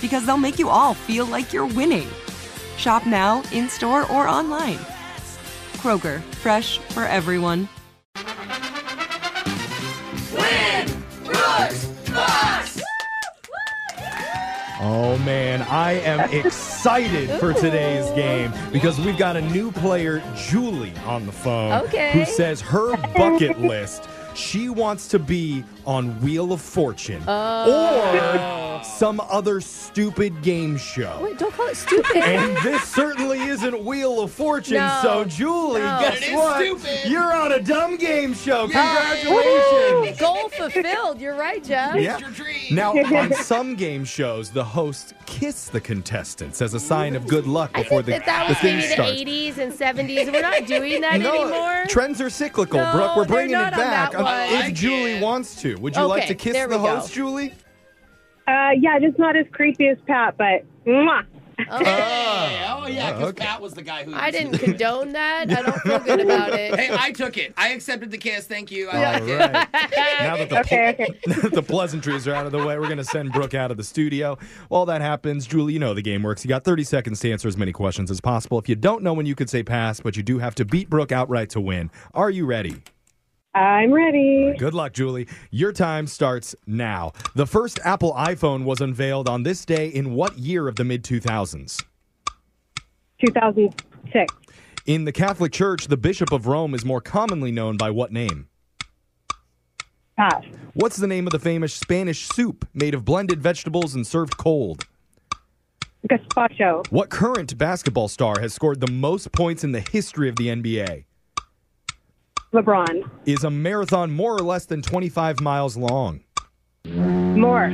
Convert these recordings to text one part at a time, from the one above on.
because they'll make you all feel like you're winning. Shop now, in store, or online. Kroger, fresh for everyone. Win, Brooks, Fox! Oh man, I am excited for today's game because we've got a new player, Julie, on the phone. Okay. Who says her bucket list. She wants to be on Wheel of Fortune or some other stupid game show. Oh. Wait, don't call it stupid. And this certainly isn't Wheel of Fortune. No. So, Julie, No. guess But it is what? stupid. You're on a dumb game show. Congratulations. Goal fulfilled. You're right, Jeff. Yeah. Your dream. Now, on some game shows, the hosts kiss the contestants as a sign of good luck I before think that the, that the was thing maybe the starts. 80s and 70s. We're not doing that No, anymore. trends are cyclical, No, Brooke. We're they're bringing not on it back. that Um, one. if I Julie wants to, would you like Okay, to kiss there the we go. host, Julie? Uh, yeah, just not as creepy as Pat, but mwah. Hey, oh yeah, because okay. Pat was the guy who. I didn't condone that. I don't feel good about it. Hey, I took it. I accepted the kiss. Thank you. I All liked it. right. Now that the, Okay, okay. now that the pleasantries are out of the way, we're going to send Brooke out of the studio. While that happens, Julie, you know the game works. You got 30 seconds to answer as many questions as possible. If you don't know when you could say pass, but you do have to beat Brooke outright to win. Are you ready? I'm ready. Good luck, Julie. Your time starts now. The first Apple iPhone was unveiled on this day in what year of the mid 2000s? 2006. In the Catholic Church, the Bishop of Rome is more commonly known by what name? Pass. What's the name of the famous Spanish soup made of blended vegetables and served cold? Gazpacho. What current basketball star has scored the most points in the history of the NBA? LeBron. Is a marathon more or less than 25 miles long? Moore.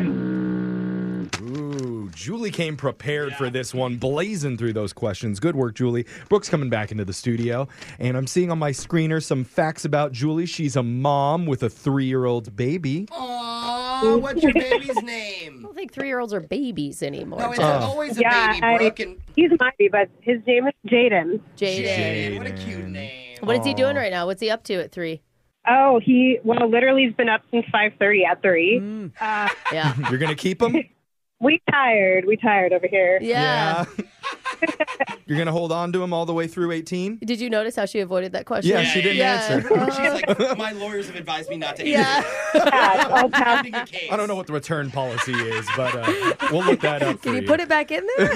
Ooh, Julie came prepared for this one, blazing through those questions. Good work, Julie. Brooke's coming back into the studio, and I'm seeing on my screener some facts about Julie. She's a mom with a three year old baby. Aw, what's your baby's name? I don't think three year olds are babies anymore. No, it's Jeff. Oh. always a Yeah, baby. I- Brooke and He's my baby, but his name is Jaden. Jaden. Jaden. What a cute name. What is he doing right now? What's he up to at three? Oh, he well, literally, has been up since 5:30 at three. Mm. Uh, Yeah. You're going to keep him? we tired. We tired over here. Yeah. You're going to hold on to him all the way through 18? Did you notice how she avoided that question? Yeah, she didn't answer. She's like, my lawyers have advised me not to. Yeah. Pat, oh, Pat, Ending a case. I don't know what the return policy is, but uh, we'll look that up. Can for you put it back in there?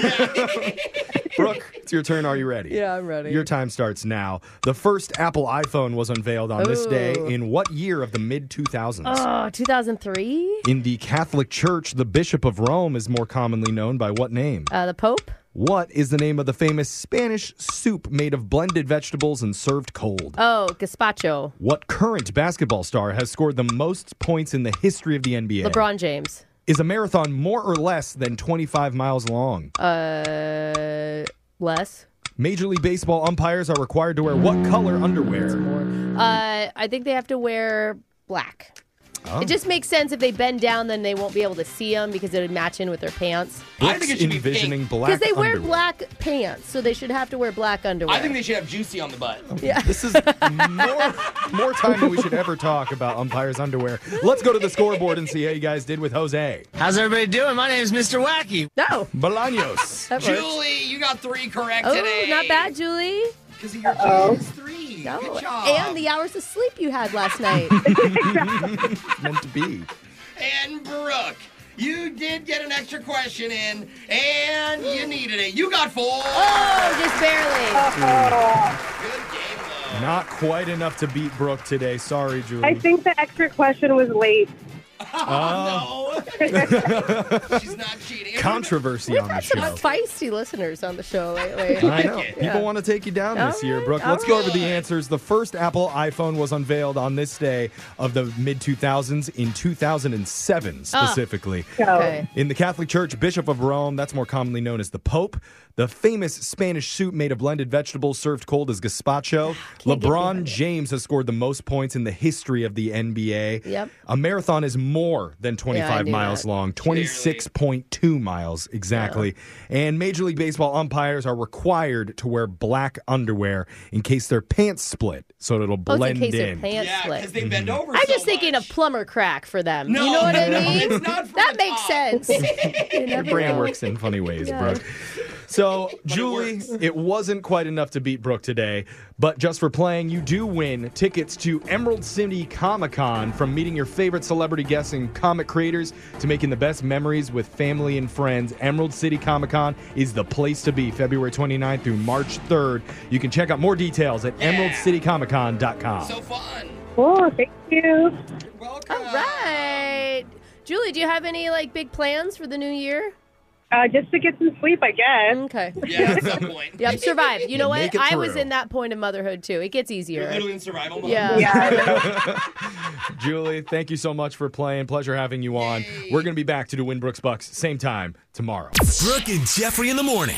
Brooke, it's your turn. Are you ready? yeah, I'm ready. Your time starts now. The first Apple iPhone was unveiled on this day Ooh. in what year of the mid 2000s? oh, 2003? In the Catholic Church, the Bishop of Rome is more commonly known by what name? Uh, the Pope? What is the name of the famous Spanish soup made of blended vegetables and served cold? Oh, Gazpacho. What current basketball star has scored the most points in the history of the NBA? LeBron James. Is a marathon more or less than 25 miles long? Uh, less. Major League Baseball umpires are required to wear what color underwear? More. Uh, I think they have to wear black. It just makes sense if they bend down, then they won't be able to see them because it would match in with their pants. I think it Brooks should be envisioning pink. black Because they wear underwear. black pants, so they should have to wear black underwear. I think they should have Juicy on the butt. This is more, more time than we should ever talk about umpires' underwear. Let's go to the scoreboard and see how you guys did with Jose. How's everybody doing? My name is Mr. Wacky. no. Bolaños. That works. Julie, you got three correct Oh, today. not bad, Julie. Because of your bonus three. No. Good job. And the hours of sleep you had last night. meant to be. and Brooke. You did get an extra question in, and you needed it. You got four. oh, just barely. Good game, though. Not quite enough to beat Brooke today. Sorry, Julie. I think the extra question was late. No. She's not cheating. And Controversy on the Some show. feisty listeners on the show lately. I know. People want to take you down this All year, right, Brooke. all Let's go over right. the answers. The first Apple iPhone was unveiled on this day of the mid 2000s, in 2007 specifically. Okay. In the Catholic Church, Bishop of Rome, that's more commonly known as the Pope. The famous Spanish soup made of blended vegetables served cold as gazpacho. Ah, LeBron James has scored the most points in the history of the NBA. Yep. A marathon is more than 25 knew miles that. long, 26.2 miles exactly. And Major League Baseball umpires are required to wear black underwear in case their pants split, so it'll Oh, it's blend in case in. of pants Yeah, because split. they bend over. I'm so just thinking much. of plumber crack for them. No, you know what I no, mean? it's not for that the makes top. sense. You Your never brain know. works in funny ways, Brooke. So, Julie, works. it, wasn't quite enough to beat Brooke today, but just for playing, you do win tickets to Emerald City Comic Con from meeting your favorite celebrity guests and comic creators to making the best memories with family and friends. Emerald City Comic Con is the place to be February 29th through March 3rd. You can check out more details at emeraldcitycomiccon.com. So fun. Oh, thank you. You're welcome. All right. Julie, do you have any like big plans for the new year? Uh, just to get some sleep, I guess. Mm. Okay. Yeah, at some point. Yep, survive. You know what? Make it I was through. in that point of motherhood too. It gets You're easier. literally in survival mode. Yeah. Yeah. Julie, thank you so much for playing. Pleasure having you on. We're going to be back to do Win Brooks Bucks same time tomorrow. Brooke and Jeffrey in the morning.